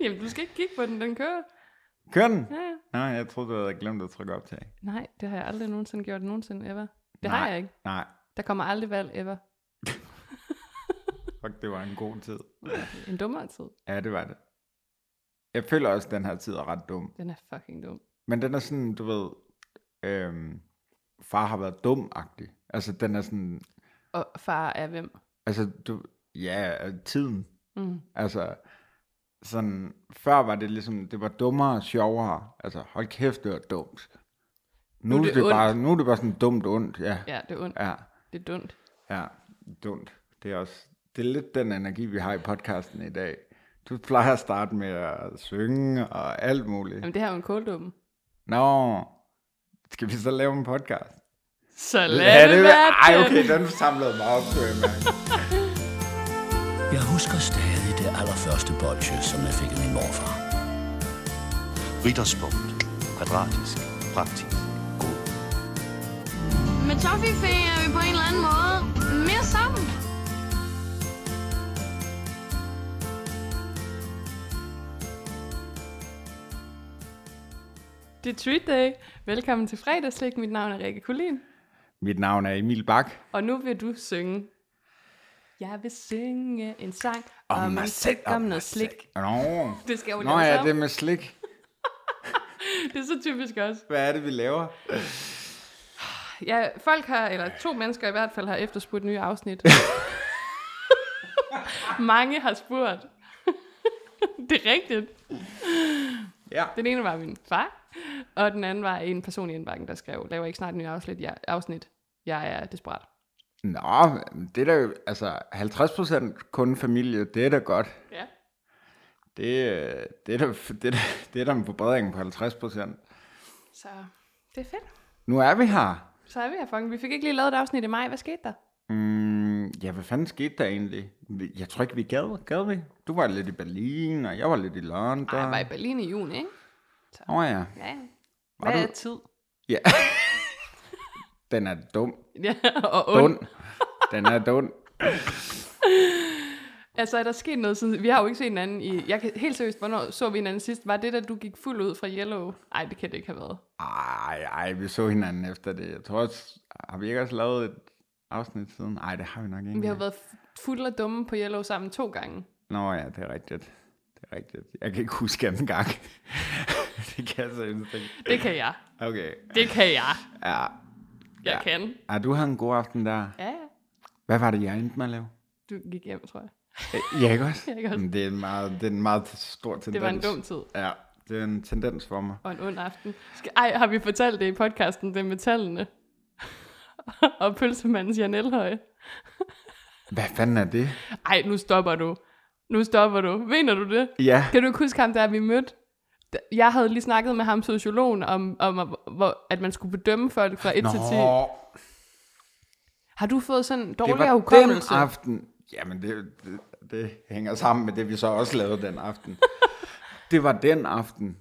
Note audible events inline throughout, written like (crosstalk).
Jamen, du skal ikke kigge på den, den kører. Kør den! Ja, ja. Nej, jeg troede, du havde glemt at trykke optag. Nej, det har jeg aldrig nogensinde gjort, nogensinde ever. Det har Nej. jeg ikke. Nej, Der kommer aldrig valg ever. fuck, det var en god tid. En dummere tid. Ja, det var det. Jeg føler også, at den her tid er ret dum. Den er fucking dum. Men den er sådan, du ved, øhm, far har været dum-agtig. Altså, den er sådan, Og far er hvem? altså, du, ja, øh, tiden. Mm. Altså, sådan, før var det ligesom, det var dummere og sjovere. Altså, hold kæft, det var dumt. Nu, nu, er, det ondt. bare, nu er det bare sådan dumt ondt, ja. Ja, det er ondt. Ja, Det er dumt. ja, dumt. Det er også, det er lidt den energi, vi har i podcasten i dag. Du plejer at starte med at synge og alt muligt. Jamen, det her er jo en kåldum. Nå, skal vi så lave en podcast? Så lad det være Ej, okay, den samlede mig op, øh, kunne jeg mærke. Jeg husker stadig det allerførste bolsje, som jeg fik af min morfar. Ritterspunkt. Kvadratisk. Praktisk. God. Med Toffifee er vi på en eller anden måde mere sammen. Det er treat day. Velkommen til fredagslik. Mit navn er Rikke Kulin. Mit navn er Emil Bak. Og nu vil du synge. Jeg vil synge en sang om, Og om en sæk om noget slik. Nå, Det skal jo Nå laves ja, om. det med slik. Det er så typisk også. Hvad er det, vi laver? Ja, folk har, eller to mennesker i hvert fald, har efterspurgt nye (laughs) afsnit. Mange har spurgt. (laughs) det er rigtigt. Ja. Den ene var min far, og den anden var en person i indbakken, der skrev, laver ikke snart nye afsnit, jeg, afsnit. jeg er desperat. Nå, det er da jo, altså 50% kun familie, det er da godt. Ja. Det, øh, det, er, da, det, er, da, det er da en forbedring på 50%. Så det er fedt. Nu er vi her. Så er vi her, fucking. Vi fik ikke lige lavet et afsnit i maj. Hvad skete der? Mm, ja, hvad fanden skete der egentlig? Vi- Jeg tror ikke, vi gad, gad vi? Du var lidt i Berlin, og jeg var lidt i London. Nej, jeg var i Berlin i juni, ikke? Åh oh, ja. Ja, ja. Var Hvad du- er tid? (laughs) Ja. Den er dum. Ja, og ond. (laughs) Dund. Den er dund. Altså, er der sket noget siden... Vi har jo ikke set hinanden i... Jeg kan, helt seriøst, hvornår så vi hinanden sidst? Var det, da du gik fuld ud fra Yellow? Nej, det kan det ikke have været. Ej, ej, vi så hinanden efter det. Jeg tror også, har vi ikke også lavet et afsnit siden? Nej, det har vi nok ikke. Vi har jo været f- fulde og dumme på Yellow sammen to gange. Nå ja, det er rigtigt. Det er rigtigt. Jeg kan ikke huske anden gang. (laughs) det kan jeg seriøst ikke. Det kan jeg. Okay. Det kan jeg. Ja. Jeg Ja. kan. Ej, du havde en god aften der. Ja, ja. Hvad var det, jeg endte med at lave? Du gik hjem, tror jeg. Øh, Ja, ikke også? (laughs) Ja, ikke også? Men Det er en meget, det er en meget stor tendens. Det var en dum tid. Ja, det er en tendens for mig. Og en ond aften. Skal, ej, har vi fortalt det i podcasten, det med tallene? (laughs) og pølsemandens Jan Elhøj. Hvad fanden er det? Ej, nu stopper du. Nu stopper du. Mener du det? Ja. Kan du ikke huske ham, der vi mødte? Da- Jeg havde lige snakket med ham, sociologen, om, om at, hvor, at man skulle bedømme folk fra 1 til 10. Nå, Har du fået sådan en det dårligere var den hukommelse? aften. Jamen, det, det, det hænger sammen med det, vi så også lavede den aften. det var den aften.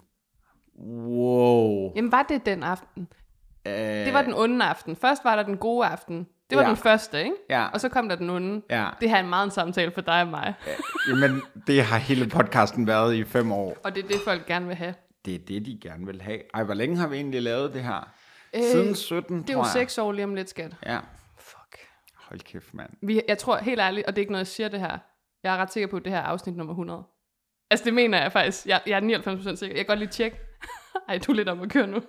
Wow. Jamen var det den aften? Æh, Det var den onde aften. Først var der den gode aften. Det var Ja. den første, ikke? Ja. Og så kom der den onde. Ja. Det her er en meget en samtale for dig og mig. Jamen, det har hele podcasten været i fem år. Og det er det, folk gerne vil have. Det er det, de gerne vil have. Ej, hvor længe har vi egentlig lavet det her? Siden 17, Øh, Det er tror jo jeg. seks år lige om lidt, skat. Ja. Fuck. Hold kæft, mand. Vi, jeg tror helt ærligt, og det er ikke noget, jeg siger det her. Jeg er ret sikker på, at det her er afsnit nummer 100. Altså det mener jeg faktisk. Jeg, jeg er 99% sikker. Jeg kan godt lige tjekke. (laughs) Ej, du er lidt om at køre nu.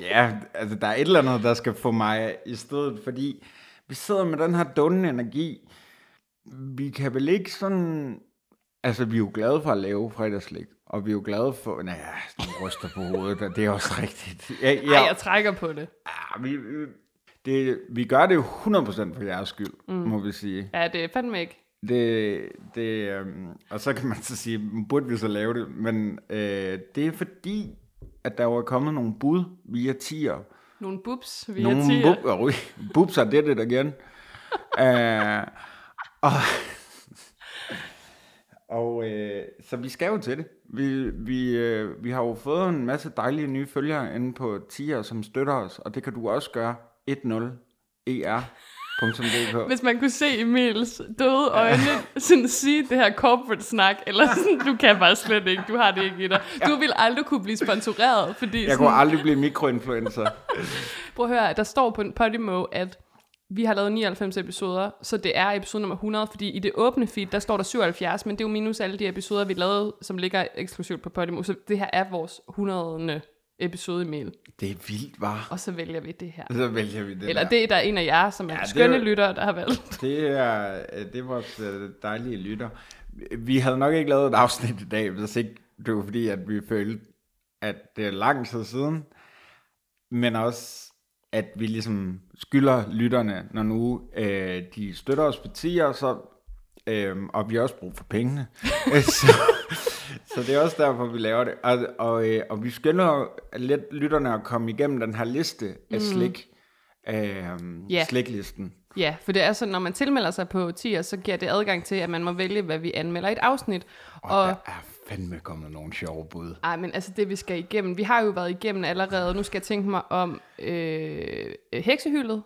Ja, altså, der er et eller andet, der skal få mig i stedet, fordi vi sidder med den her dunne energi. Vi kan vel ikke sådan... Altså, vi er jo glade for at lave fredagslik, og vi er jo glade for... Nej, du ryster på hovedet, og det er også rigtigt. Ja, ja. Ej, jeg trækker på det. Ah, vi, vi- det, vi gør det jo 100% for jeres skyld, mm. må vi sige. Ja, det er fandme ikke. Det, det, øhm, og så kan man så sige, "Men burde vi så lave det? Men øh, det er fordi, at der var kommet nogle bud via tier. Nogle bubs, vi Nogle Nogle tier. bub, oh, (laughs) bubser, det er det der igen. Æh, og (laughs) og øh, så vi skal jo til det. Vi, vi, øh, vi har jo fået en masse dejlige nye E følgere inde på tier, som støtter os, og det kan du også gøre. 1-0 ER. .dk. Hvis man kunne se Emils døde (laughs) øjne sådan sige det her corporate snak, eller sådan, du kan bare slet ikke, du har det ikke i dig. Du vil aldrig kunne blive sponsoreret, fordi Jeg sådan, kunne aldrig blive mikroinfluencer. prøv at høre, der står på Podimo, at vi har lavet 99 episoder, så det er episode nummer 100, fordi i det åbne feed, der står der 77, men det er jo minus alle de episoder, vi lavede, som ligger eksklusivt på Podimo, så det her er vores 100. episode, Emil. Det er vildt, var. Og så vælger vi det her. Så vælger vi det Eller der. det er der en af jer, som er ja, det er skønne jo- lyttere, der har valgt. (laughs) (laughs) Det er, øh, det er vores øh, dejlige lytter. Vi havde nok ikke lavet et afsnit i dag, hvis ikke det var fordi, at vi følte, at det er lang tid siden, men også, at vi ligesom skylder lytterne, når nu øh, de støtter os på 10 år, så, øh, og vi har også brug for pengene. (laughs) så, så det er også derfor, vi laver det. Og, og, øh, og vi skynder lidt lytterne at komme igennem den her liste af slik, øh, Ja. sliklisten. Ja, for det er sådan, når man tilmelder sig på 10'er, så giver det adgang til, at man må vælge, hvad vi anmelder i et afsnit. Og, Og, der er fandme kommet nogle sjove bud. ej, men altså det, vi skal igennem. Vi har jo været igennem allerede. Nu skal jeg tænke mig om øh, heksehyldet.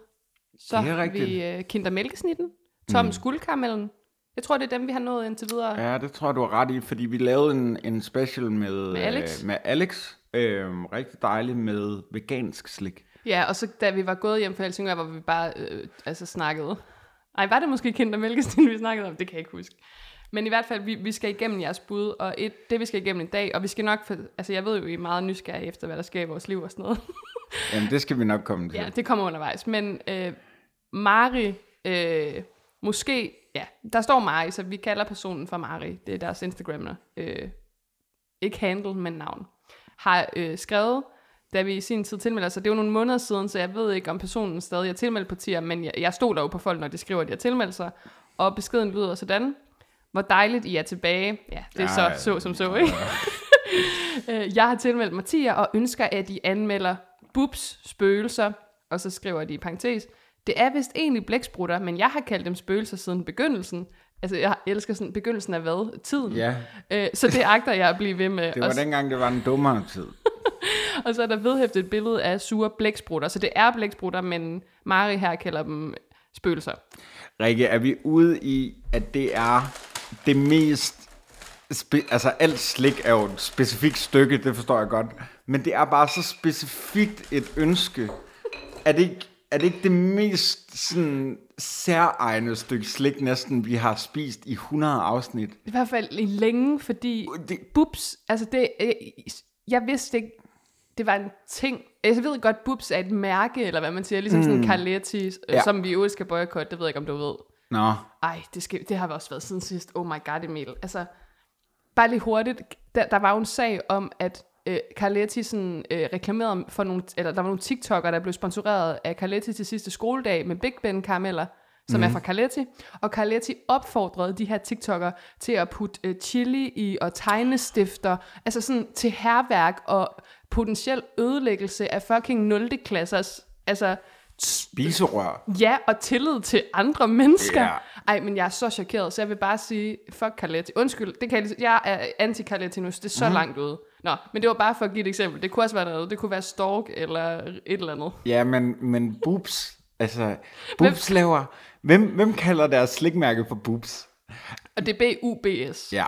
Så Det er har rigtigt. vi øh, kindermælkesnitten. Tom mm. skuldkaramellen. Jeg tror, det er dem, vi har nået indtil videre. Ja, det tror jeg, du har ret i, fordi vi lavede en, en special med, Med Alex. Øh, med Alex. Øhm, rigtig dejlig med vegansk slik. Ja, og så da vi var gået hjem fra Helsingør, hvor vi bare øh, altså snakkede. Ej, var det måske kindermælkesten, (laughs) vi snakkede om? Det kan jeg ikke huske. Men i hvert fald, vi, vi skal igennem jeres bud, og et, det vi skal igennem i dag, og vi skal nok, få- altså jeg ved jo, I er meget nysgerrige efter, hvad der sker i vores liv og sådan noget. (laughs) Jamen, det skal vi nok komme til. ja, det kommer undervejs. Men øh, Mari, øh, måske, ja, der står Mari, så vi kalder personen for Mari. Det er deres Instagrammer. Øh, ikke handle, men navn, har øh, skrevet, da vi i sin tid tilmelder sig. Det er jo nogle måneder siden, så jeg ved ikke, om personen stadig er tilmeldt på tier, men jeg, jeg stoler jo på folk, når de skriver, at de har tilmeldt sig. Og beskeden lyder sådan, hvor dejligt I er tilbage. Ja, det er Ej. så, så som så, ikke? Øh, jeg har tilmeldt mig tier og ønsker, at I anmelder bubs, spøgelser, og så skriver de i parentes, det er vist egentlig blæksprutter, men jeg har kaldt dem spøgelser siden begyndelsen. Altså, jeg elsker sådan, begyndelsen af hvad? Tiden. ja Øh, så det agter jeg at blive ved med. (laughs) det var og, så- dengang, det var en dummere tid. og så er der vedhæftet et billede af sure blæksprutter. Så det er blæksprutter, men Mari her kalder dem spøgelser. Rikke, er vi ude i, at det er det mest... Spe- altså, alt slik er jo et specifikt stykke, det forstår jeg godt. Men det er bare så specifikt et ønske. Er det ikke, er det, ikke det mest sådan, særegne stykke slik, næsten vi har spist i 100 afsnit? I hvert fald i længe, fordi det- det... bubs, altså det, øh, jeg vidste ikke, det var en ting. Jeg ved godt, bubs er et mærke, eller hvad man siger, ligesom mm. sådan en Carletti, øh, Ja. ja. som vi i øvrigt skal boykotte, det ved jeg ikke, om du ved. Nå, Ej, det, skal, det har vi også været siden sidst. Oh my god, Emil. Altså, bare lige hurtigt. Der, der var jo en sag om, at øh, Carletti sådan, øh, reklamerede for nogle, eller der var nogle TikTok'ere, der blev sponsoreret af Carletti til sidste skoledag med Big Ben karameller, som mm. er fra Carletti. Og Carletti opfordrede de her TikTok'ere til at putte øh, chili i og tegnestifter, altså sådan til herværk og potentiel ødelæggelse af fucking 0. klassers, altså spiserør. Ja, og tillid til andre mennesker. Ja. Yeah. Ej, men jeg er så chokeret, så jeg vil bare sige, fuck Carletti. Undskyld, det kan jeg, lige- jeg er anti Carletti nu, så det er så Mhm. mm. langt ude. Nå, men det var bare for at give et eksempel. Det kunne også være noget. Det kunne være stork eller et eller andet. Ja, men, men boobs, altså, boobs hvem? laver... Hvem, hvem kalder deres slikmærke for boobs? Og det er BUBS. Ja,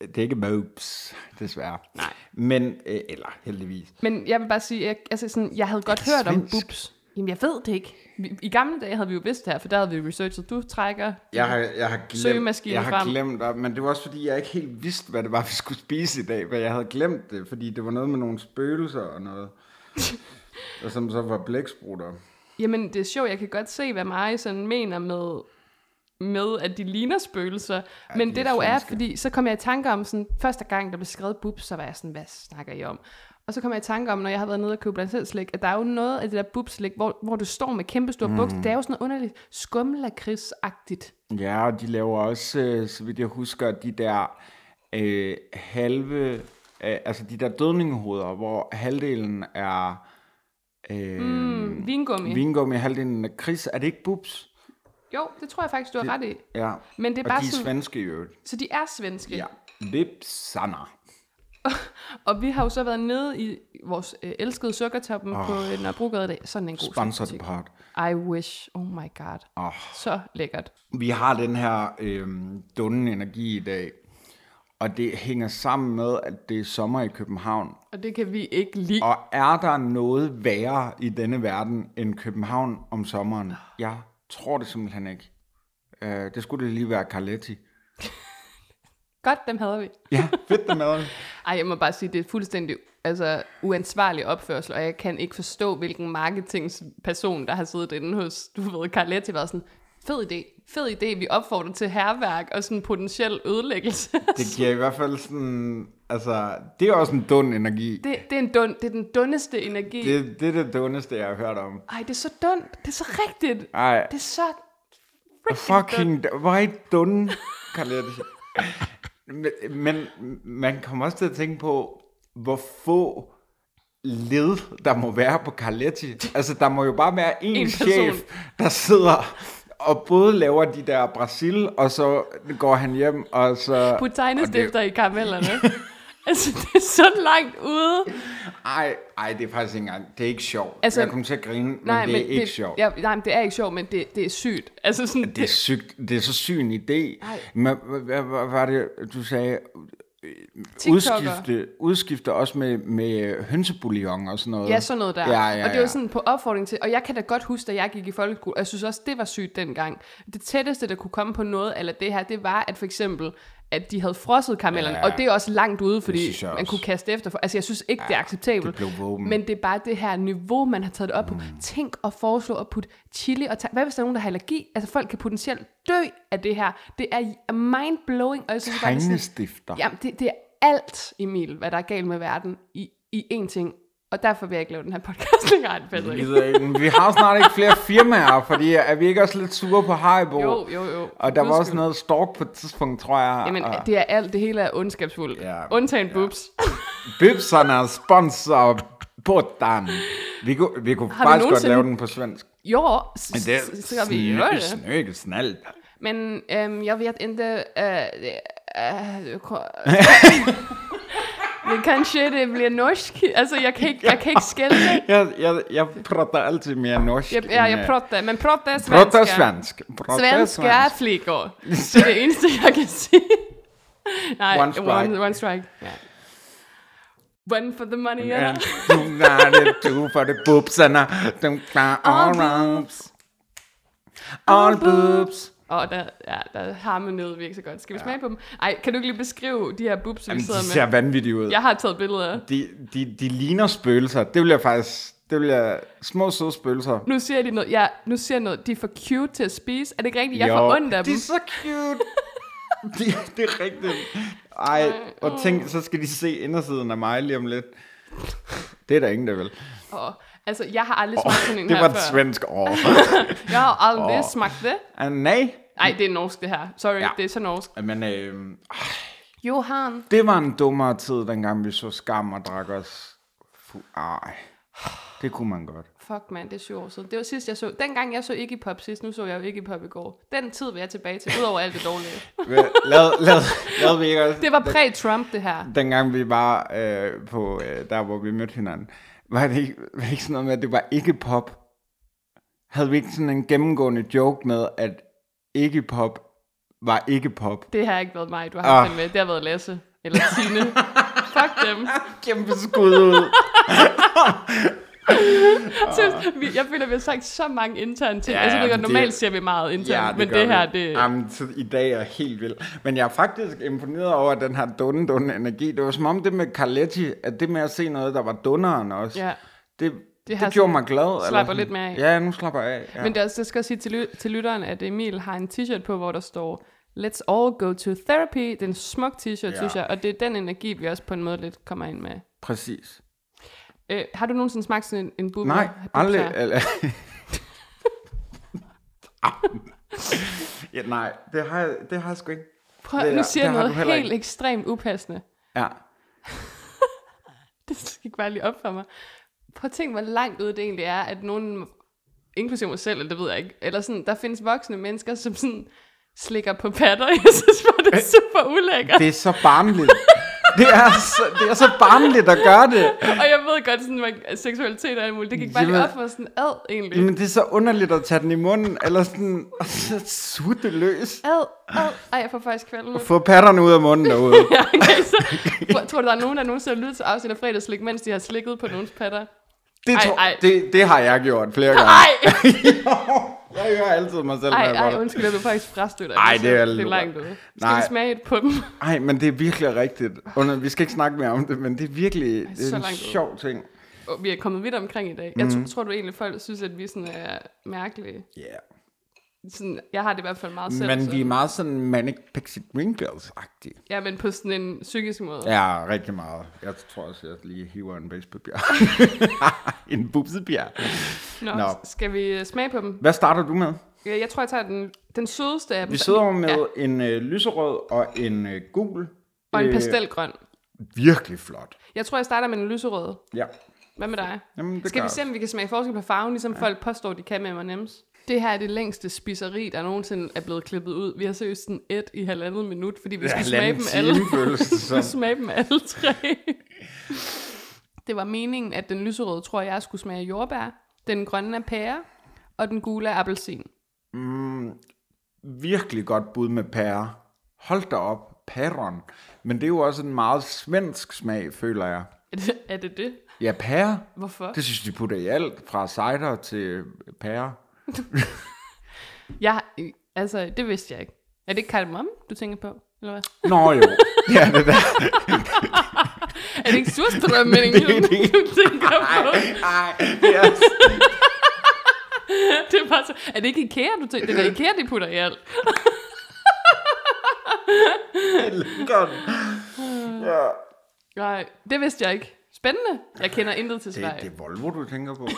det er ikke mobs, desværre. Nej. Men, øh, eller heldigvis. Men jeg vil bare sige, jeg, altså sådan, jeg havde godt det hørt om svensk? bubs. Jamen, jeg ved det ikke. Vi- I gamle dage havde vi jo vidst det her, for der havde vi researchet. Du trækker. Jeg har, jeg har glemt, Søgemaskinen jeg har frem. glemt det, men det var også fordi, jeg ikke helt vidste, hvad det var, vi skulle spise i dag, for jeg havde glemt det, fordi det var noget med nogle spøgelser (laughs) og noget, og som så var blæksprutter. Jamen, det er sjovt. Jeg kan godt se, hvad Mari sådan mener med, med at de ligner spøgelser. Ja, Men de det er der jo er, svenske. fordi så kom jeg i tanke om, sådan, første gang, der blev skrevet bubs, så var jeg sådan, hvad snakker I om? Og så kom jeg i tanke om, når jeg har været nede og købe blandt selv slik, at der er jo noget af det der bubslik, hvor, hvor du står med kæmpe store mm. bukser. Det er jo sådan noget underligt skumlakridsagtigt. Ja, og de laver også, øh, så vidt jeg husker, de der øh, halve, øh, altså de der dødningehoveder, hvor halvdelen er øh, mm, Mm. Vingummi. Vin- vingummi, halvdelen er kris. Er det ikke bubs? jo, det tror jeg faktisk, du har ret i. Ja, Men det er og bare de er sådan- svenske i øvrigt. Så de er svenske. Ja. Vipsander. Og vi har jo så været nede i vores øh, elskede sukkertoppen oh. på øh, Nørrebrogade i dag. Sådan en god Sponsored slikbutik. part. I wish. Oh my god. Åh. Så lækkert. Vi har den her øh, dunnen energi i dag, og det hænger sammen med, at det er sommer i København. Og det kan vi ikke lide. Og er der noget værre i denne verden end København om sommeren? Jeg tror det simpelthen ikke. Uh, det skulle det lige være Carletti. Godt, dem havde vi. Ja, fedt det med. Ej, jeg må bare sige, det er fuldstændig altså, uansvarlig opførsel, og jeg kan ikke forstå, hvilken marketingsperson, der har siddet inde hos, du ved, Carletti, været sådan, fed idé, fed idé, vi opfordrer til herværk og sådan potentiel ødelæggelse. Det giver i hvert fald sådan... Altså, det er også en dund energi. (laughs) det, det, er en dund, det er den dundeste energi. Det... Det, det er det dundeste, jeg har hørt om. Ej, det er så dundt, det er så rigtigt. Ej. Det er så... Fucking, hvor er I dumme, Carlette. men, men man kommer også til at tænke på, hvor få led, der må være på Carletti. Altså, der må jo bare være en, En en person. chef, der sidder og både laver de der Brasil, og så går han hjem, og så... Put tegnestifter i karamellerne. (laughs) altså, det er så langt (laughs) ude. Ej, ej, det er faktisk ikke engang... Det er ikke sjovt. Altså- Altså, jeg kommer til at grine, men det er ikke sjovt. Ja, nej, men det er ikke sjovt, men det, det er sygt. Altså sådan, Det er, sygt, det er så syg en idé. Ej. Men hvad, hvad, hvad var det, du sagde? Øh, TikToker. Udskifte, udskifte også med, med hønsebouillon og sådan noget. Ja, sådan noget der. Ja, ja, og det var ja. sådan på opfordring til, og jeg kan da godt huske, da jeg gik i folkeskole, og jeg synes også, det var sygt dengang. Det tætteste, der kunne komme på noget eller det her, det var, at for eksempel, at de havde frosset karamellerne, ja, Ja. og det er også langt ude, fordi synes jeg man også. kunne kaste efter. For, altså, jeg synes ikke, ja, det er acceptabelt. det blev våben. Mm. Men det er bare det her niveau, man har taget det op på. Tænk at foreslå at putte chili og tang. Hvad hvis der er nogen, der har allergi? Altså, folk kan potentielt dø af det her. Det er mind-blowing, og jeg synes bare, det er sådan- Tegnestifter. Jamen, det, det er alt, Emil, hvad der er galt med verden i, i én ting. Og derfor vil jeg ikke lave den her podcast længere, Vi Patrick. ved ikke, Vi har snart ikke flere firmaer, fordi er vi ikke også lidt sure på Haribo? Jo, jo, jo. Og der var Undskyld. også noget stork på et tidspunkt, tror jeg. Jamen, og det er alt. Det hele er ondskabsfuldt. Ja, Undtagen boobs. Bibserne er sponsor på den. Vi kunne, vi kunne Har vi faktisk godt nogensinde- lave den på svensk. jo, Men så, det så, så skal vi gøre er det. snøkke snalt. Men øhm, jeg ved ikke... Øh, (laughs) øh, øh, ko- Men kanskje det bliver norsk. Altså, jeg kan ikke, jeg kan (laughs) ikke skælde. Jeg, jeg, jeg prater altid mere norsk. Jeg, ja, jeg end, øh, prater, men prater er svenska. Prata svensk. Prata Svenska flickor. Det er (laughs) det eneste, jeg kan sige. Nej, One strike. One, one strike. Ja. One for the money, ja. Ja. Du er det, du for det boobserne. Du er all boobs. All boobs. Og der, ja, der har man nede virkelig så godt. Skal vi smage på dem? Ej, kan du ikke lige beskrive de her boobs, som vi Jamen, sidder de med? ser vanvittige ud. Jeg har taget billeder. De, de, de ligner spøgelser. Det vil jeg faktisk... Det vil jeg... Små søde spøgelser. Nu siger de noget. Ja, nu siger jeg noget. De er for cute til at spise. Er det ikke rigtigt? Jeg Jo, får ondt af De dem. er så (laughs) cute. de, det er rigtigt. Ej, og tænk, så skal de se indersiden af mig lige om lidt. Det er der ingen, der vil. Og, altså, jeg har aldrig smagt sådan en Det her var et før. svensk år. Jeg har aldrig Åh. smagt det. (laughs) Ah, Nej. Nej, det er norsk, det her. Sorry, Ja. det er så norsk. Men øh, Johan. Det var en dummere tid, dengang vi så skam og drak os. Fu- Ej, det kunne man godt. Fuck mand, det er syv år siden. Det var sidst, jeg så. Dengang jeg så ikke i pop sidst, nu så jeg jo ikke i pop i går. Den tid vil jeg tilbage til, udover alt det (laughs) dårlige. Hvad- Lad, lad, lad vi ikke også, Det var præ-Trump, det her. dengang vi var øh, på, øh, der hvor vi mødte hinanden, var det, ikke, var det ikke sådan noget med, at det var ikke pop? Havde vi ikke sådan en gennemgående joke med, at ikke pop var ikke pop? Det har ikke været mig, du har haft Ah. den med. Det har været Lasse. Eller (laughs) Tine. Fuck dem. Kæmpe skud ud. Så, (laughs) vi, jeg føler, vi har sagt så mange interne ting. Ja, Ah. Ja, altså, det, men godt, normalt det- siger vi meget internt, Ja, ja, det men gør det her, vi. det... Jamen, så i dag er helt vildt. Men jeg er faktisk imponeret over den her dunne, dunne energi. Det var som om det med Carletti, at det med at se noget, der var dunneren også, Ja. det, det, har det gjorde sådan- mig glad. slapper sådan. lidt mere af. Ja, nu slapper jeg af. Ja. Men det er også, jeg skal også sige til, ly- til lytteren, at Emil har en t-shirt på, hvor der står, Let's all go to therapy. Det er en smuk t-shirt, ja. synes jeg, og det er den energi, vi også på en måde lidt kommer ind med. Præcis. Øh, har du nogensinde smagt sådan en, en bubler? Nej, Bubler? aldrig. Eller... (laughs) ja, nej, det har, jeg, det har jeg sgu ikke. Prøv, Det- nu siger det jeg har noget du heller helt ikke. ekstremt upassende. (laughs) Ja. Det skal bare lige op for mig. Prøv at tænke, hvor langt ude det egentlig er, at nogen, inklusive mig selv, eller det ved jeg ikke, eller sådan, der findes voksne mennesker, som (laughs) Øh. sådan slikker på patter. Jeg synes bare, det er super ulækkert. (laughs) Det er så barnligt. Det er, så, det er så barnligt at gøre det. Og jeg ved godt, sådan, man, seksualitet og alt muligt, det gik bare lige Jamen- op for sådan ad, egentlig. Men det er så underligt at tage den i munden, eller sådan og så sutte løs. Ad, ad. Ej, jeg får faktisk kvalme. Få patterne ud af munden derude. Ja, okay, så, tror du, der er nogen, der nogensinde har lyttet til afsnit af fredagslik, mens de har slikket på nogens patter? Det, Ej, tror, ej. det, det har jeg gjort flere gange. Ej, (laughs) Jeg gør altid mig selv. når ej, jeg gør ej, det. undskyld, jeg blev faktisk frastødt. af Ej, det er Det er lort. langt ude. Skal Nej. vi smage et på dem? (laughs) Ej, men det er virkelig rigtigt. Under, vi skal ikke snakke mere om det, men det er virkelig det så er en langt ud. sjov ting. Og Oh, vi er kommet vidt omkring i dag. Jeg Mm. tror, tror du egentlig, folk synes, at vi sådan er mærkelige? Yeah. Sådan, jeg har det i hvert fald meget selv. så- Men vi er meget sådan Manic Pixie Dream Girls-agtige. Ja, men på sådan en psykisk måde. Ja, rigtig meget. Jeg tror også, jeg lige hiver en baseballbjerg. (laughs) en bubsebjerg. Nå, Nå. skal vi øh, smage på dem? Hvad starter du med? Ja, Jeg tror, jeg tager den, den sødeste af dem. Vi sidder jo med Ja, ja. en øh, lyserød og en øh, gul. og en Øh, pastelgrøn. Virkelig flot. Jeg tror, jeg starter med en lyserød. Ja. Hvad med dig? Jamen, det Skal vi gør jeg se, om vi kan smage forskel på farven, ligesom ja. folk påstår, de kan med M&M's? Det her er det længste spiseri, der nogensinde er blevet klippet ud. Vi har seriøst sådan et i halvandet minut, fordi vi skulle smage dem (laughs) alle. (laughs) Vi alle. smage dem alle tre. det var meningen, at den lyserøde, tror jeg, skulle smage af jordbær, den grønne er pære, og den gule er appelsin. (laughs) virkelig godt bud med pære. Hold da op, pæron. Men det er jo også en meget svensk smag, føler jeg. Er det er det? det? Ja, pære. Hvorfor? Det synes de putter i alt, fra cider til øh, pære. Jeg, altså, det vidste jeg ikke. Er det ikke kardemomme, du tænker på? Eller (laughs) hvad? Nå jo, ja, det der. Er (laughs) det ikke surstrømmingen, (laughs) du tænker på? (laughs) Ej, yes. (laughs) Det er, bare så, er det ikke IKEA, du tænker? Det er da IKEA, de putter i alt. Godt. Ja. Nej, det vidste jeg ikke. Spændende. Jeg kender intet til Det, Sverige. det Det, er Volvo, du tænker på. (laughs)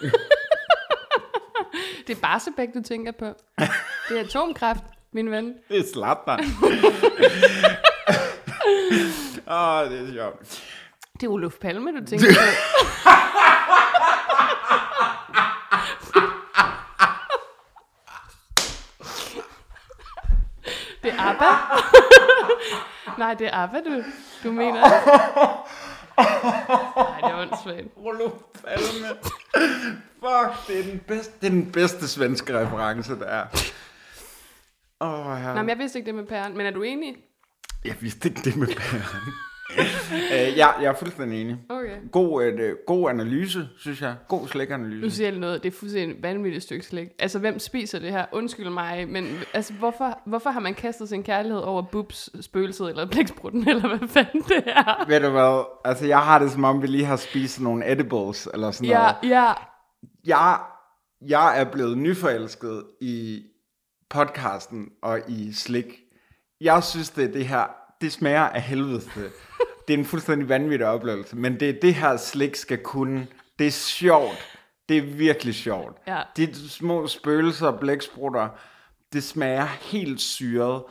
det. det er Barsebæk, du tænker på. Det er atomkraft, min ven. Det er slap, (laughs) mand. Åh, det er sjovt. Det er Olof Palme, du tænker på. (laughs) det er ABBA. (laughs) Nej, det er ABBA, du, du mener. Nej, det er åndssvagt. Olof Palme. Fuck, det er den bedste, det er den bedste svenske reference, der er. Åh, oh, Nå, ja. men jeg vidste ikke det med pæren. Men er du enig? Jeg vidste ikke det med pæren. uh, ja, jeg er fuldstændig enig. Okay. God, øh, god analyse, synes jeg. God Nu slækanalyse. siger jeg noget, det er fuldstændig et vanvittigt stykke slik. Altså, hvem spiser det her? Undskyld mig, men altså, hvorfor, hvorfor har man kastet sin kærlighed over bubs, spøgelset eller blæksprutten, (laughs) eller hvad fanden det er? Ved du hvad, altså jeg har det som om, vi lige har spist nogle edibles eller sådan Ja, noget. ja. Jeg, jeg er blevet nyforelsket i podcasten og i slik. Jeg synes, det er det her, det smager af helvede. Det er en fuldstændig vanvittig oplevelse, men det er det her slik skal kunne. Det er sjovt. Det er virkelig sjovt. Ja. De små spøgelser og blæksprutter, det smager helt syret.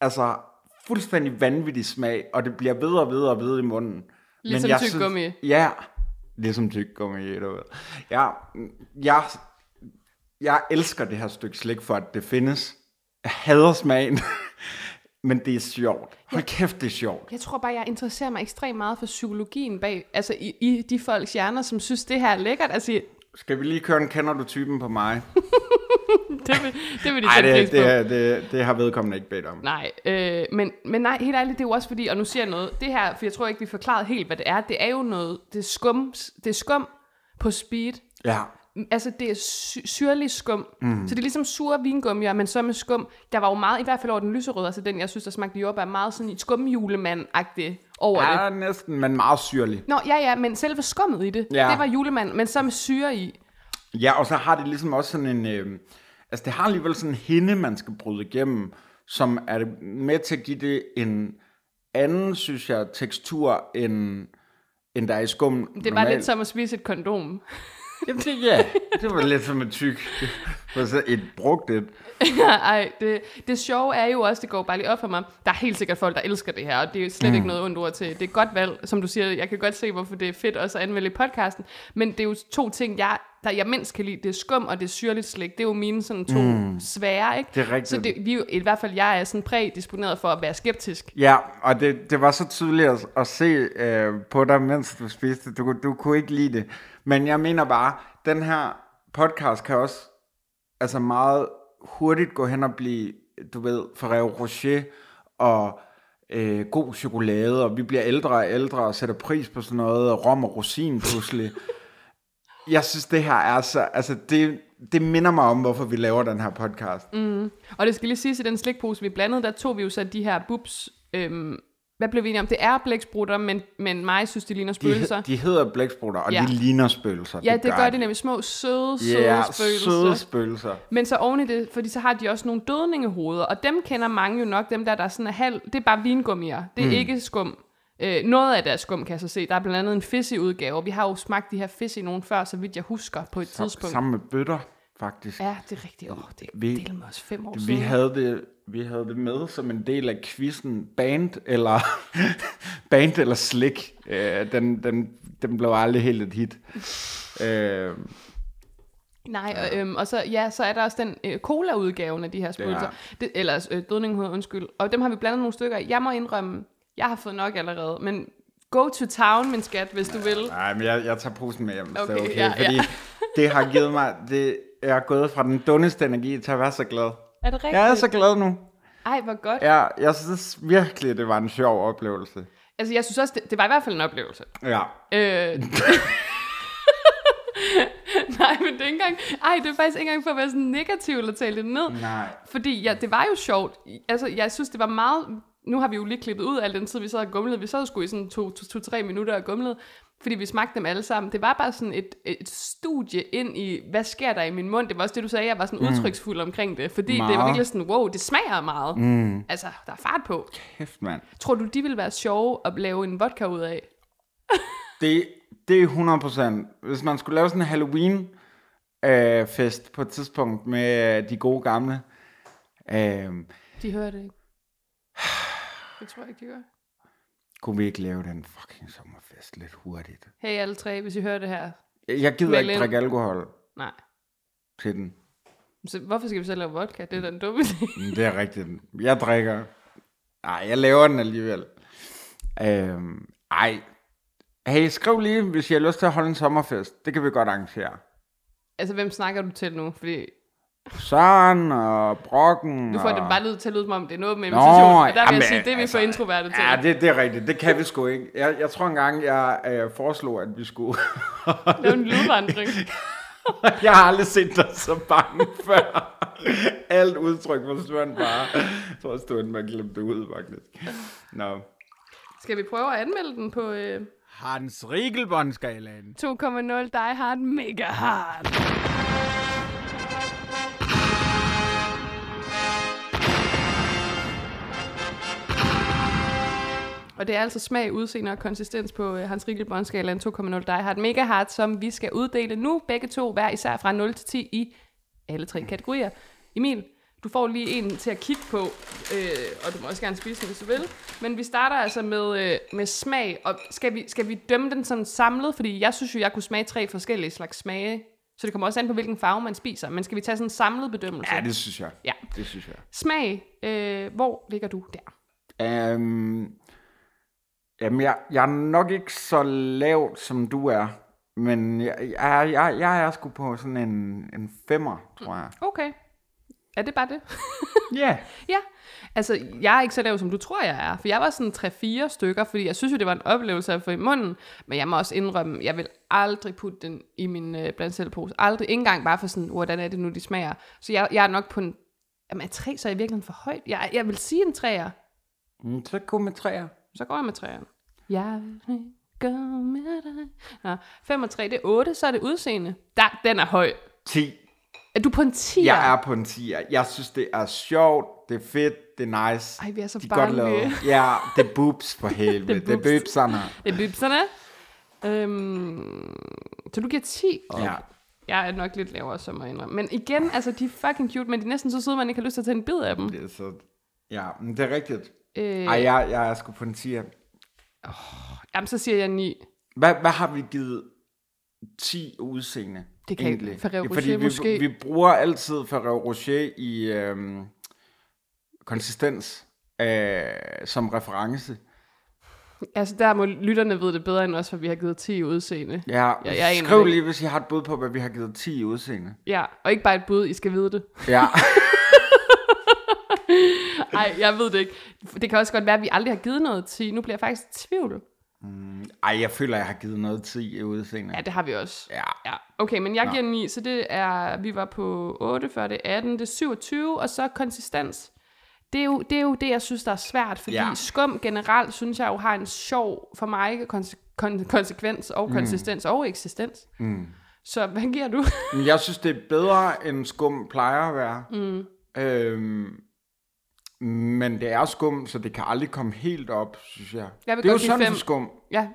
Altså, fuldstændig vanvittig smag, og det bliver ved og ved og ved i munden. Ligesom jeg tyggegummi. Synes, ja, ligesom tyggegummi. ja, du ved. Ja, jeg, jeg elsker det her stykke slik for, at det findes. Jeg hader smagen, (laughs) men det er sjovt. Hold kæft, det er sjovt. Jeg tror bare, jeg interesserer mig ekstremt meget for psykologien bag, altså i, i de folks hjerner, som synes, det her er lækkert. Altså, Skal vi lige køre en kender du typen på mig? det vil, det vil de Nej, sætte pris det, på. det, det, det har vedkommende ikke bedt om. Nej, øh, men, men nej, helt ærligt, det er jo også fordi, og nu siger jeg noget, det her, for jeg tror ikke, vi forklarede helt, hvad det er, det er jo noget, det er skum, det er skum på speed. Ja. Altså, det er sy- syrlig skum. Mm. Så det er ligesom sure vingummier, men så med skum. Der var jo meget, i hvert fald over den lyserøde, altså den, jeg synes, der smagte jordbær, meget sådan et skumjulemand-agtigt over det. Ja, næsten, men meget syrlig. Nå, ja, ja, men selve skummet i det, Ja. det var julemand, men så med syre i. Ja, og så har det ligesom også sådan en... Øh, altså, det har alligevel sådan en hinde, man skal bryde igennem, som er med til at give det en anden, synes jeg, tekstur, end, end der er i skum. Det var lidt som at spise et kondom. (laughs) Jamen, det, ja, det var lidt som et tyk. (laughs) For så et brugt et. Ej, det, det sjove er jo også, det går bare lige op for mig, der er helt sikkert folk, der elsker det her, og det er slet mm. ikke noget ondt ord til. Det er et godt valg, som du siger, jeg kan godt se, hvorfor det er fedt også at anvende i podcasten, men det er jo to ting, jeg der jeg mindst kan lide, det er skum og det er syrligt slik. Det er jo mine sådan to mm. svære, ikke? Det er rigtigt. Så det, vi, er jo- i hvert fald jeg er sådan prædisponeret for at være skeptisk. Ja, og det, det var så tydeligt at, at se øh, på dig, mens du spiste. Du, kunne- du kunne ikke lide det. Men jeg mener bare, den her podcast kan også altså meget hurtigt gå hen og blive, du ved, Ferrero Rocher og øh, god chokolade, og vi bliver ældre og ældre og sætter pris på sådan noget, og rom og rosin pludselig. jeg synes, det her er så, altså det, det minder mig om, hvorfor vi laver den her podcast. Mm, Og det skal lige siges, at den slikpose, vi blandede, der tog vi jo så de her bubs... Øhm, hvad blev vi enige om? Det er blæksprutter, men, men mig synes, de ligner De, spøgelser. de hedder blæksprutter, og Ja. ja. de ligner spøgelser. ja, det gør de nemlig. Små, søde, søde Ja, spøgelser. søde spøgelser. Men så oven i det, fordi så har de også nogle dødningehoveder, og dem kender mange jo nok, dem der, der er sådan er halv, det er bare vingummier, det er mm. ikke skum. Øh, noget af det er skum, kan jeg så se. Der er blandt andet en fisse udgave, og vi har jo smagt de her fisse i nogen før, så vidt jeg husker på et tidspunkt. Sammen med bøtter, faktisk. Ja, det er rigtigt. Åh, det Vi- er med os fem år Vi siden. havde, det, vi havde det med som en del af quizzen band eller, (laughs) band eller slik. Øh, den, den, den blev aldrig helt et hit. Øh, Nej, og, øhm, og så, ja, så er der også den øh, cola-udgaven af de her spøgelser. Ja. Det, eller øh, dødningehoveder, undskyld. Og dem har vi blandet nogle stykker af. Jeg må indrømme, jeg har fået nok allerede, men go to town, min skat, hvis du vil. nej, men jeg, jeg tager posen med hjem, okay, så det er Okay, okay. ja, ja. fordi det har givet mig... Det, jeg er gået fra den dummeste energi til at være så glad. Er det rigtigt? Jeg er så glad nu. Ej, hvor godt. Ja, jeg synes virkelig, det var en sjov oplevelse. Altså, jeg synes også, det, det var i hvert fald en oplevelse. Ja. (laughs) Øh... (laughs) Nej, men det er ikke engang... Ej, det er faktisk ikke engang for at være sådan negativ eller tale det ned. Nej. Fordi ja, det var jo sjovt. I- Altså, jeg synes, det var meget... Nu har vi jo lige klippet ud al den tid, vi sad og gumlede. Vi sad sgu i sådan to, to, to, tre minutter og gumlede, fordi vi smagte dem alle sammen. Det var bare sådan et, et studie ind i, hvad sker der i min mund? Det var også det, du sagde, jeg var sådan udtryksfuld omkring det, fordi meget. det var Meget. virkelig sådan, wow, det smager meget. Mm. Altså, der er fart på. Kæft, mand. Tror du, de ville være sjove at lave en vodka ud af? Det, det er 100%. Hvis man skulle lave sådan en Halloween-fest på et tidspunkt med øh, de gode gamle, øh, De hører det ikke. (sighs) Det tror jeg ikke, de gør. kunne vi ikke lave den fucking sommerfest lidt hurtigt? Hey alle tre, hvis I hører det her. Jeg gider Meld ikke ind. drikke alkohol Nej. til den. Så hvorfor skal vi så lave vodka? Det er da en dumme idé. Men Det er rigtigt. Jeg drikker. Nej, jeg laver den alligevel. Øh, ej. Hey, skriv lige, hvis I har lyst til at holde en sommerfest. Det kan vi godt arrangere. altså, hvem snakker du til nu? Fordi Søren og Brokken nu får og... det bare lyd til at lyde, som om det er en åben invitation. og der vil jeg jamen, sige, det er vi altså, for introverte til. Ja, det, det er rigtigt. Det kan vi sgu ikke. Jeg, jeg tror engang, jeg øh, foreslog, at vi skulle... (laughs) det er jo en lydvandring. jeg har aldrig set dig så bange (laughs) før. Alt udtryk forsvandt bare. Jeg tror også, det var en, man glemte det ud, faktisk. Nå. Skal vi prøve at anmelde den på øh, Hans Riegelbåndskalaen. 2.0 Die Hard Mega Hard? Og det er altså smag, udseende og konsistens på øh, Hans Rikkel Bondskala 2,0 Die Hard Mega Hard, som vi skal uddele nu. Begge to hver især fra 0 til 10 i alle tre kategorier. Emil, du får lige en til at kigge på, øh, og du må også gerne spise den, hvis du vil. Men vi starter altså med, øh, med smag, og skal vi, skal vi dømme den sådan samlet? Fordi jeg synes jo, jeg kunne smage tre forskellige slags smage, så det kommer også an på, hvilken farve man spiser. Men skal vi tage sådan en samlet bedømmelse? Ja, det synes jeg. ja. Det synes jeg. Smag, øh, hvor ligger du der? Um, jamen, jeg, jeg er nok ikke så lavt, som du er. Men jeg, jeg, jeg, jeg er sgu på sådan en, en femmer, tror jeg. Okay. Er det bare det? Ja. Yeah. Ja, altså jeg er ikke så lav, som du tror, jeg er. For jeg var sådan 3-4 stykker, fordi jeg synes jo, det var en oplevelse at få i munden. Men jeg må også indrømme, jeg vil aldrig putte den i min øh, blandselpose. Aldrig, ikke engang bare for sådan, hvordan er det nu, de smager. Så jeg, jeg er nok på en... Jamen er 3 så er jeg virkelig for højt? Jeg, jeg vil sige en 3'er. Mm, Så kun med træer. Så går jeg med 3'eren. Jeg vil gå med dig. Nå, 5 og 3, det er 8, så er det udseende. Der, den er høj. 10. Er du på en 10'er? Jeg er på en 10. Jeg synes, det er sjovt, det er fedt, det er nice. Ej, vi er så De er bange. lavet. Ja, det er boobs for (laughs) helvede. Det det er er boobserne. Det er bipserne. Øhm, så du giver 10 op. Ja. Jeg er nok lidt lavere, som jeg indrømme. Men igen, altså, de er fucking cute, men de er næsten så søde, man ikke har lyst til at tage en bid af dem. Det er så, ja, men det er rigtigt. Øh. Øh. Ej, jeg, jeg er sgu på en 10. Jamen, så siger jeg 9. Hvad, hvad har vi givet 10 udseende. Det kan egentlig. Ferrero Fordi Rocher vi, måske- vi bruger altid Ferrero Rocher i øhm, konsistens øh, som reference. Altså, der må lytterne vide det bedre end os, for vi har givet 10 i udseende. Ja, Ja, jeg aner skriv det lige, hvis I har et bud på, hvad vi har givet 10 i udseende. Ja, og ikke bare et bud, I skal vide det. (laughs) Ja, Nej, jeg ved det ikke. Det kan også godt være, at vi aldrig har givet noget 10. Nu bliver jeg faktisk i tvivl. ej, jeg føler, jeg har givet noget 10 i udseende. Ja, det har vi også. Ja. Ja, okay, men jeg giver 9, så det er, vi var på 8 før det er 18, det er 27, og så konsistens. Det er, jo, det er jo det, jeg synes, der er svært, fordi Ja. ja. skum generelt, synes jeg jo, har en sjov, for mig, konse- kon- konsekvens Mm. og konsistens og eksistens. Mm. Så hvad giver du? (laughs) Men jeg synes, det er bedre, end skum plejer at være. Mm. Øhm, men det er skum, så det kan aldrig komme helt op, synes jeg. Jeg vil det er jo godt give sådan fem. for skum. ja,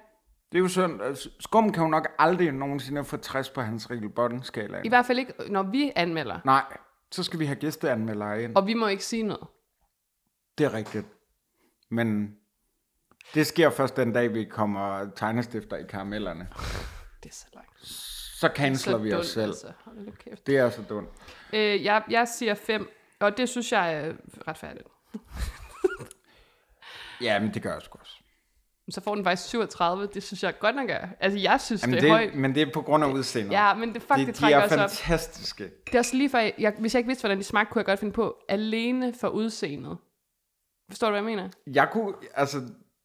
Det er jo sådan, altså, skum kan jo nok aldrig nogensinde få 60 på hans Rikkelbotten-skala. i hvert fald ikke, når vi anmelder. Nej, så skal vi have gæsteanmeldere ind. Og vi må ikke sige noget. Det er rigtigt. Men det sker først den dag, vi kommer tegnestifter i karamellerne. Det er så langt. Så canceler Så vi dumt, os selv. Altså. Hold nu kæft. Det er så dumt. Øh, jeg, jeg siger 5, og det synes jeg er retfærdigt. Ja, men det gør jeg sgu også. Så får den faktisk 37, det synes jeg godt nok er. Altså, jeg synes, Jamen, det er højt. det, men det er på grund af udseendet. Ja, men det, fuck, det, de, det de trækker er os op. fantastiske. Det er også lige for, jeg, hvis jeg ikke vidste, hvordan de smagte, kunne jeg godt finde på alene for udseendet. Forstår du, hvad jeg mener? Øh, Jeg kunne, altså,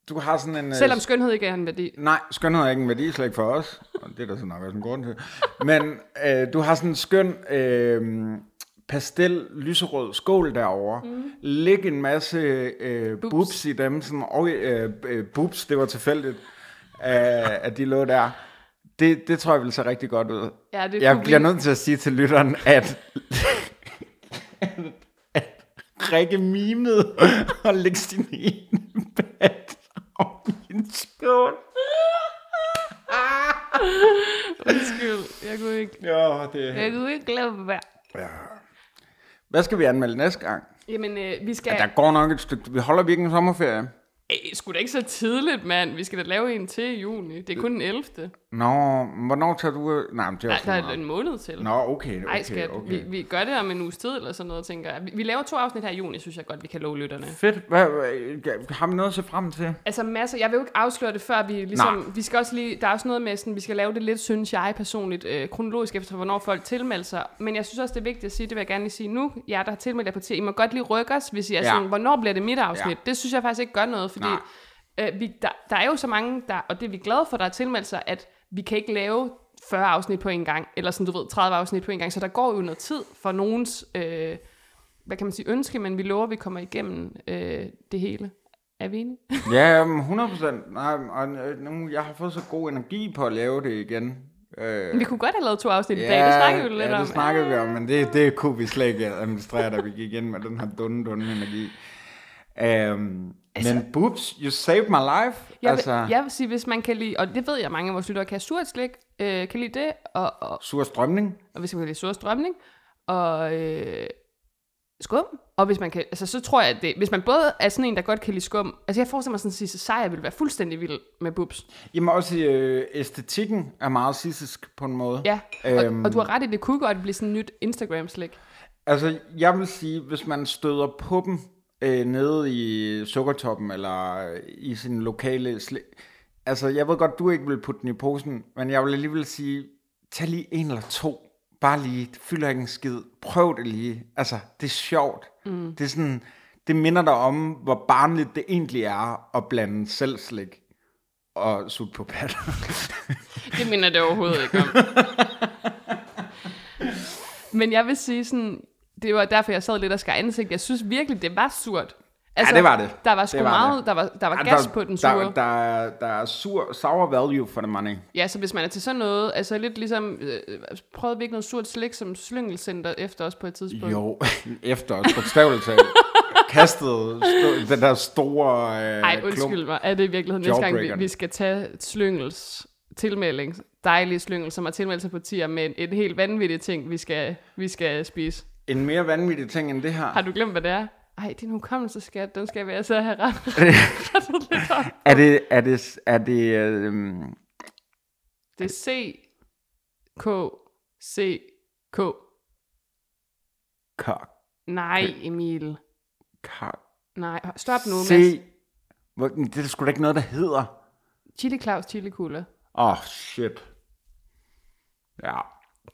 du har sådan en... øh, Selvom skønhed ikke er en værdi. (laughs) Nej, skønhed er ikke en værdi, slet ikke for os. Og det er der så nok også en grund til. Men øh, du har sådan en skøn øh, pastel lyserød skål derovre. Mm. Læg en masse øh, boobs. boobs i dem. Sådan, og, øh, øh, boobs, det var tilfældigt, øh, at de lå der. Det, det tror jeg vil se rigtig godt ud. Ja, det jeg kunne bliver vi- nødt til at sige til lytteren, at, at Rikke mimede og lægge sin ene bat om i en skål. Undskyld, jeg kunne ikke, Ja, det jeg kunne ikke lade være. Hvad skal vi anmelde næste gang? Jamen, øh, vi skal... Ja. Ja, Der går nok et stykke... Vi holder virkelig en sommerferie. Ej, sgu da ikke så tidligt, mand. Vi skal da lave en til i juni. Det er kun den 11. Nå, men hvornår tager du... Nej, men det er Nej, også der er lige meget. en måned til. Nå, okay, okay, Ej, skat, okay. vi, vi gør det om en uges tid eller sådan noget, tænker jeg. Vi, vi laver to afsnit her i juni, synes jeg godt, vi kan love lytterne. Fedt. Hvad, hvad, har vi noget at se frem til? Altså masser. Jeg vil jo ikke afsløre det, før vi ligesom... Nej. Nej. Vi skal også lige... Der er også noget med, sådan, vi skal lave det lidt, synes jeg personligt, øh, kronologisk efter, hvornår folk tilmelder sig. Men jeg synes også, det er vigtigt at sige, det vil jeg gerne lige sige nu. Jer, der har tilmeldt jer på til, I må godt lige rykke os, hvis I er Ja. ja. sådan, hvornår bliver det mit afsnit? Ja. Ja. Det synes jeg faktisk ikke gør noget, fordi øh, vi, der, der er jo så mange, der, og det er vi glade for, der har tilmeldt sig, at vi kan ikke lave 40 afsnit på en gang, eller sådan, du ved, 30 afsnit på en gang. Så der går jo noget tid for nogens... Øh, hvad kan man sige, ønske, men vi lover, at vi kommer igennem øh, det hele. Er vi enige? Ja, øhm, 100 procent. Nej, og øh, nu, jeg har fået så god energi på at lave det igen. Øh, Vi kunne godt have lavet to afsnit i dag, det snakkede vi jo lidt ja, om. det snakkede vi om, men det, det kunne vi slet ikke administrere, da vi gik ind med den her dunne, dunne energi. Um, altså, men boobs, you saved my life. Jeg, altså... vil, jeg vil sige, hvis man kan lide, og det ved jeg, mange af vores lyttere kan, surt slik, øh, kan lide det, og, og, Sur strømning. og hvis man kan lide sur strømning, og øh, skum, og hvis man kan, altså så tror jeg, at det, hvis man både er sådan en, der godt kan lide skum, altså jeg forestiller mig sådan, at Sisse Sejer ville være fuldstændig vild med bubs. Jamen også øh, æstetikken er meget sissisk på en måde. Ja, og, øhm... og du har ret i, det kunne godt blive sådan et nyt Instagram-slik. Altså, jeg vil sige, hvis man støder på dem øh, nede i sukkertoppen eller øh, i sin lokale... Sli- altså, jeg ved godt, du ikke vil putte den i posen, men jeg vil alligevel sige, tag lige en eller to. Bare lige, det fylder ikke en skid. Prøv det lige. Altså, det er sjovt. Mm. Det er sådan... Det minder dig om, hvor barnligt det egentlig er at blande selv slik og sutte på patter. Det minder det overhovedet ikke om. (laughs) Men jeg vil sige sådan, det var derfor, jeg sad lidt og skar ansigt. Jeg synes virkelig, det var surt. det var det. Der var sgu Det var meget, det. der var, der var (laughs) Ej, gas på den sure. Der, der, er- der er sur, sour value for the money. Ja, så hvis man er til sådan noget, altså lidt ligesom, øh, prøvede vi ikke noget surt slik som slyngelcenter efter os på et tidspunkt? Jo, (laughs) efter os bogstaveligt talt. kastede stå, den der store øh, Ej, undskyld mig, er det i virkeligheden næste gang, vi, Jawbreakeren. vi skal tage slyngels tilmelding, dejlige slyngel, som har tilmeldt sig på tier, men en helt vanvittig ting, vi skal, vi skal spise. En mere vanvittig ting end det her. Har du glemt, hvad det er? Ej, din hukommelse, skat, den skal vi altså have ret. rettet lidt op. øhm, Er det, er det, er det, øh, det er C, K, C, K. Kok. Nej, Emil. Kok. Nej, stop nu, Mads. Se. Hvor- Det er der sgu da ikke noget, der hedder. Chili Claus, Chili Kula. Åh, oh, shit. Ja.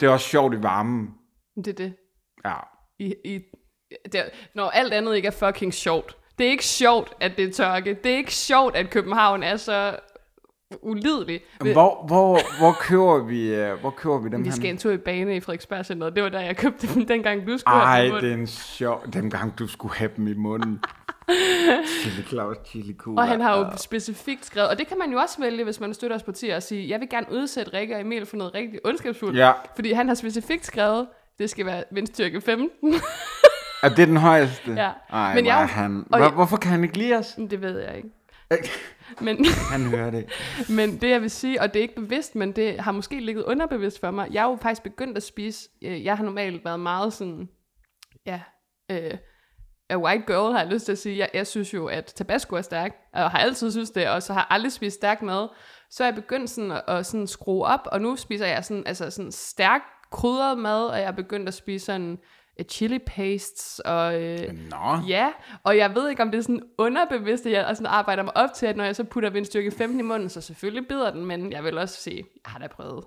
Det er også sjovt i varmen. Det er det. Ja. I, i, der, når alt andet ikke er fucking sjovt. Det er ikke sjovt, at det er tørke. Det er ikke sjovt, at København er så ulidelig. Vi, Hvor, hvor, hvor kører vi, øh, hvor kører vi dem vi skal her? en tur i bane i Frederiksberg Center. Det var der, jeg købte dem dengang, du skulle Ej, have dem på. det er en sjov... Dem gang, du skulle have dem i (laughs) munden. chili Claus, chili cola. Og han har jo specifikt skrevet, og det kan man jo også vælge, hvis man støtter os partier, og sige, jeg vil gerne udsætte Rikke og Emil for noget rigtig ondskabsfuldt. Ja. Fordi han har specifikt skrevet, det skal være vindstyrke 15. Er det den højeste? Ja. Ej, Men Men jeg- jeg... han... og Hvor, jeg- Hvorfor kan han ikke lide os? (laughs) det ved jeg ikke. Øh, Men, Han hører det. men det jeg vil sige, og det er ikke bevidst, men det har måske ligget underbevidst for mig, jeg er jo faktisk begyndt at spise, øh, jeg har normalt været meget sådan, ja, øh, a white girl har jeg lyst til at sige, jeg, jeg synes jo, at tabasco er stærk, og har altid synes det, og så har aldrig spist stærk mad. Så er jeg begyndt sådan at, at sådan skrue op, og nu spiser jeg sådan, altså sådan stærk krydret mad, og jeg er begyndt at spise sådan øh, chili pastes, og øh, Nå. Ja, og jeg ved ikke, om det er sådan underbevidst, at jeg sådan arbejder mig op til, at når jeg så putter vindstyrke 15 i munden, så selvfølgelig bider den, men jeg vil også sige, jeg har da prøvet.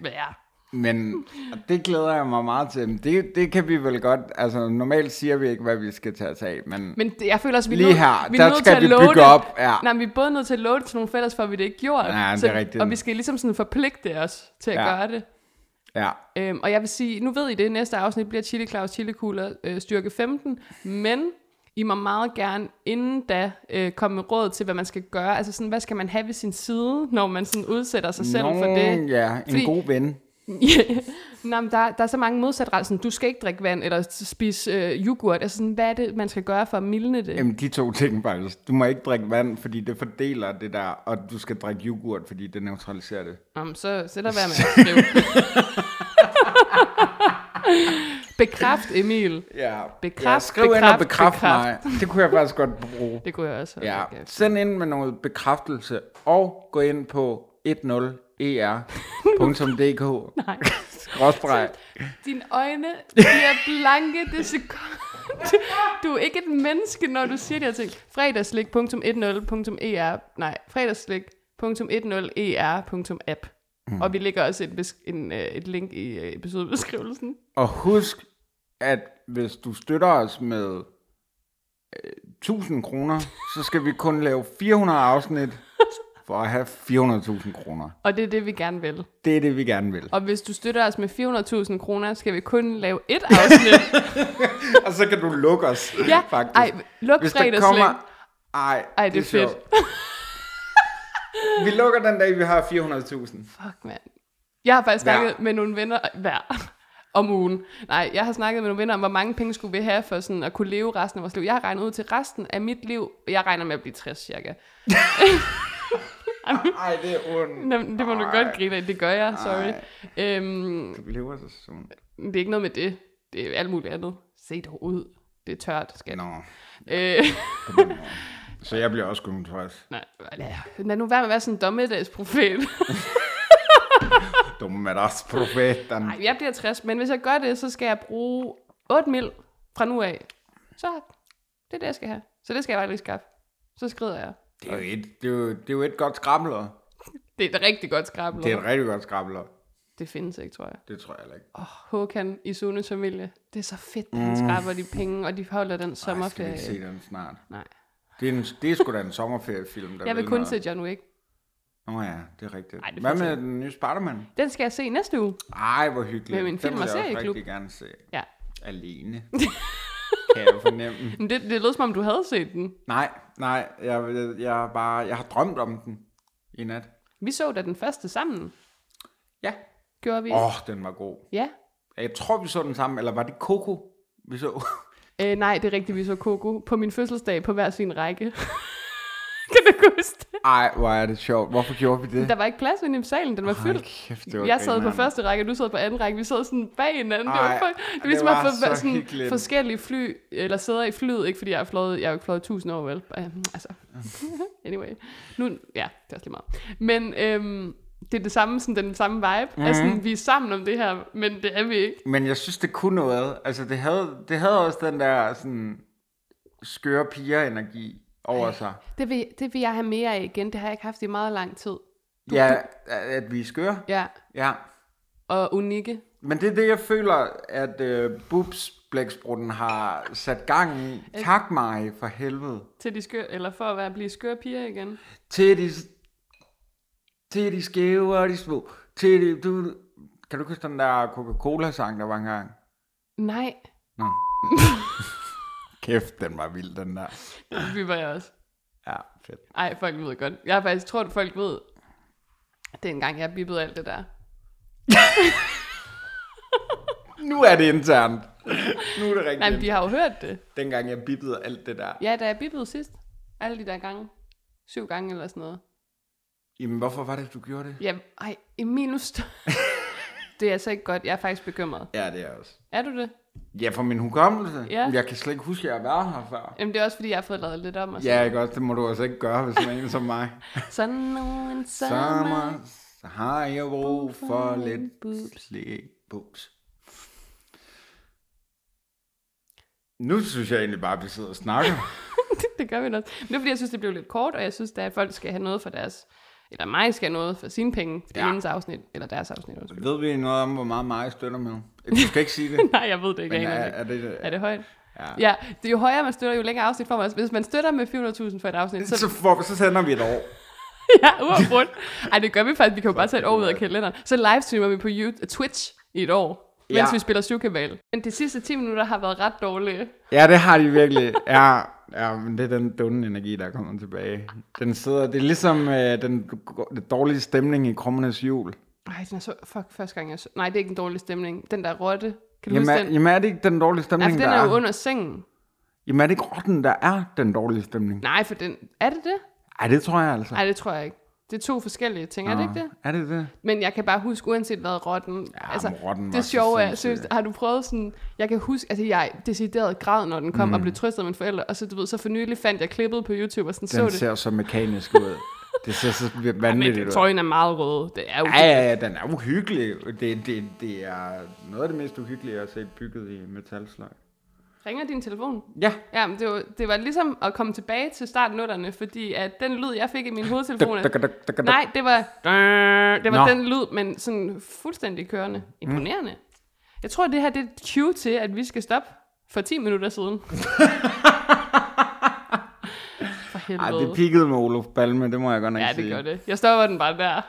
Hvad er? Men og det glæder jeg mig meget til. Men Det, det kan vi vel godt... Altså, normalt siger vi ikke, hvad vi skal tage os af, men... Men det, jeg føler også, vi er Lige nødt- her, vi er der nødt skal til at vi love bygge det. op, ja. Nej, men vi er både nødt til at love det til nogle fælles, for at vi det ikke gjort. Ja, det så, er rigtigt. Og vi skal ligesom sådan forpligte os til at Ja. gøre det. Ja. Øhm, og jeg vil sige, nu ved I det, næste afsnit bliver Chili Claus Chili Cooler øh, styrke 15, men I må meget gerne inden da øh, komme med råd til, hvad man skal gøre. Altså sådan, hvad skal man have ved sin side, når man sådan udsætter sig selv for det? Ja, en Fordi- Fordi... god ven. (laughs) Nå, men der, der er så mange modsatretter, sådan, du skal ikke drikke vand eller spise øh, yoghurt. Altså sådan, hvad er det, man skal gøre for at mildne det? Jamen, de to ting faktisk. Du må ikke drikke vand, fordi det fordeler det der, og du skal drikke yoghurt, fordi det neutraliserer det. Jamen, så, så lad være med at (laughs) skrive. Bekræft, Emil. Ja, Bekræft, ja skriv ind bekræft, og bekræft, bekræft. mig. Det kunne jeg faktisk godt bruge. Det kunne jeg også have. Ja, Okay. send ind med noget bekræftelse, og gå ind på e (laughs) 10er.dk. (laughs) Nej. Skråstreg. Dine øjne (laughs) bliver blanke det sekund. Du er ikke et menneske, når du siger de her ting. fredagslik.10.er e Nej, e fredagslik.10er.app mm. Og vi lægger også en, besk- en, øh, et link i øh, episodebeskrivelsen. Og husk, at hvis du støtter os med øh, 1000 kroner, så skal vi kun lave 400 afsnit for at have 400.000 kroner. Og det er det, vi gerne vil. Det er det, vi gerne vil. Og hvis du støtter os med 400.000 kroner, skal vi kun lave (laughs) et afsnit. Og så kan du lukke (laughs) os, ja, faktisk. ej, luk Hvis der fredagslik. kommer... Ej, Ej, det er fedt. sjovt. vi lukker den dag, vi har 400.000. Fuck, mand. Jeg har faktisk Hver. snakket med nogle venner hver om ugen. Nej, jeg har snakket med nogle venner om, hvor mange penge skulle vi have for sådan at kunne leve resten af vores liv. Jeg har regnet ud til resten af mit liv. Jeg regner med at blive 60 cirka. Ej, det er ondt. Nå, men Det må du godt grine af. Det gør jeg, sorry. Øhm, Vi lever så sundt. det er ikke noget med det. Det er alt muligt andet. Se dog ud. Det er tørt, skat. Nå, Øh, (laughs) så jeg bliver også kun faktisk nej, lad, lad nu være med at være sådan en dommedagsprofet. dumme af os, profeterne. Nej, jeg bliver 60, men hvis jeg gør det, så skal jeg bruge 8 mil fra nu af. Så det er det, jeg skal have. Så det skal jeg bare lige skaffe. Så skrider jeg. Det er jo et, det er jo, det er jo et godt skramler. Det er et rigtig godt skrabel. Det er et Det, rigtig godt skramler. det findes ikke, tror jeg. Det tror jeg heller ikke. Håkan i Sunes familie. Det er så fedt, at han mm. skraber de penge, og de holder den Ej, skal vi sommerferie. ikke se den snart? Nej. Det er, en, det er sgu da en sommerferiefilm, der Jeg vil kun noget. se John Wick. Nå ja, det er rigtigt. Ej, det Hvad fortæller med den nye Spider-Man? Den skal jeg se næste uge. Ej, hvor hyggeligt. Med min film- den vil og jeg også serieklub. rigtig gerne se. Ja. (laughs) Alene. kan jeg fornemme. Men det, det lød som om, du havde set den. Nej, nej. Jeg, jeg, jeg, har bare, jeg har drømt om den i nat. Vi så da den første sammen. Ja. Gjorde vi? Åh, Oh. oh, den var god. Ja. Jeg tror, vi så den sammen. Eller var det Coco, vi så? Øh, nej, det er rigtigt, vi så Coco på min fødselsdag på hver sin række. (laughs) kan du huske det? Ej, hvor er det sjovt. Hvorfor gjorde vi det? Der var ikke plads inde i salen, den var Hold fyldt. kæft, det var Jeg sad på grineren. første række, og du sad på anden række. Vi sad sådan bag hinanden. det var, Ej, fuck, det var det ligesom at var få så sådan hyggeligt. forskellige fly, eller sæder i flyet, ikke fordi jeg har fløjet, jeg har jo ikke fløjet tusind (laughs) år, vel? Øhm, Altså, anyway. Nu, ja, det er også lige meget. Men øhm, det er det samme, sådan den samme vibe. Mhm. Mm. Altså, sådan, vi er sammen om det her, men det er vi ikke. Men jeg synes, det kunne noget. Altså, det havde, det havde også den der sådan, skøre piger-energi over sig. Det vil, det vil jeg have mere af igen. Det har jeg ikke haft i meget lang tid. Ja, at vi er skøre. Ja, Ja. og unikke. Men det er det, jeg føler, at øh, boobs blæksprutten har sat gang i. Øh. Tak mig for helvede. Til de skøre, eller for at være, blive skøre piger igen. Til de, til de skæve og de små. Til de, du, kan du ikke huske den der Coca-Cola-sang, der var engang? Nej, Kæft, den var vild, den der. vi var jeg også. Ja, fedt. Ej, folk ved godt. Jeg faktisk tror, at folk ved, dengang jeg bippede alt det der. Nu er det internt. Nu er det Nej, men rigtigt. de har jo hørt det. Dengang jeg bippede alt det der. Ja, da jeg bippede sidst. Alle de der gange. Syv gange eller sådan noget. Jamen, hvorfor var det, du gjorde det? Ja, ej, Emil, nu stå... (laughs) Det er altså ikke godt. Jeg er faktisk bekymret. Ja, det er jeg også. Er du det? Ja, for min hukommelse. Ja. Jeg kan slet ikke huske, at jeg har været her før. Jamen, det er også, fordi jeg har fået lavet lidt om. Og Ja, ikke også? Det må du også ikke gøre, hvis man er en som mig. Sådan nogen (laughs) sommer. (laughs) Sommer, så har jeg brug for lidt Boobs. slik. Boobs. Nu synes jeg egentlig bare, at vi sidder og snakker. (laughs) det gør vi nok. Men det er, fordi jeg synes, det blev lidt kort, og jeg synes, da, at folk skal have noget for deres... Eller mig skal have noget for sine penge, for det er Ja. hendes afsnit, eller deres afsnit. undskyld. (laughs) Ved vi noget om, hvor meget mig støtter med? Du skal ikke sige det. Nej, jeg ved (laughs) det ikke. Men jeg er, aner det ikke. er det, Er det højt? Ja. ja. det er jo højere man støtter, jo længere afsnit får man. Hvis man støtter med 400.000 for et afsnit, (laughs) så, så for, så sender vi et år. ja, uafbrudt. Ej, det gør vi faktisk. Vi kan jo bare tage et år ud af kalenderen. Så livestreamer vi på YouTube, Twitch i et år, mens Ja. vi spiller Syvkabal. Men de sidste 10 minutter har været ret dårlige. Ja, det har de virkelig. Ja, ja men det er den dunne energi, der kommer tilbage. Den sidder, det er ligesom øh, den, den dårlige stemning i krummernes jul. Ej, den er så... Fuck, første gang jeg så... Nej, det er ikke en dårlig stemning. Den der rotte. Kan du Jamen, huske er, den? jamen er det ikke den dårlige Nej, for stemning, den der er er? jo under sengen. Jamen er det ikke rotten, der er den dårlige stemning? Nej, for den... Er det det? Ej, det tror jeg altså. Nej, det tror jeg ikke. Det er to forskellige ting, er det ikke det? Er det det? Men jeg kan bare huske, uanset hvad, rotten... altså, Ja, men rotten var det så sjove er, sindssyg. seriøst, har du prøvet sådan... Jeg kan huske, altså jeg decideret græd, når den kom, mm. og blev trøstet af mine forældre, og så, du ved, så for nylig fandt jeg klippet på YouTube, og sådan Den så det. ser så mekanisk ud. Det ser (laughs) så Men vanvittigt ud. tøjen er meget rød. Det er jo... Ja, ja, ja, den er uhyggelig. Det, det, det er noget af det mest uhyggelige, jeg har set bygget i metalslag. Ringer din telefon? Ja, Ja, men det var, det var ligesom at komme tilbage til startnutterne, fordi at den lyd, jeg (laughs) fik i min hovedtelefon... Duk, duk, duk, duk, duk. nej, det var, det var Nå. Mm. den lyd, men sådan fuldstændig kørende. Imponerende. Jeg tror, det her det er et cue til, at vi skal stoppe for 10 minutter (laughs) siden. for Ej, helvede. det pikkede med Olof Palme, det må jeg godt nok ja, sige. det gør det. Jeg stopper den bare der.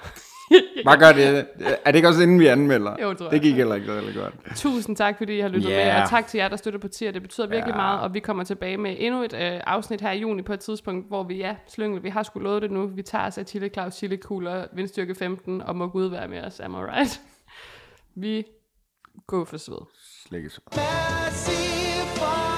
Hvad gør det? Er det ikke også inden vi anmelder? Jo, tror jeg. Det gik heller ikke særlig godt. Tusind tak, fordi I har lyttet Ja. med, og tak til jer, der støtter på tier. Det betyder virkelig Ja. meget, og vi kommer tilbage med endnu et øh, afsnit her i juni på et tidspunkt, hvor vi, ja, slyngel, vi har sgu lovet det nu. Vi tager os af Chile Claus, Chile Kugler, vindstyrke 15, og må Gud være med os, am I right? (laughs) Vi går for sved. Slikkes. mercy for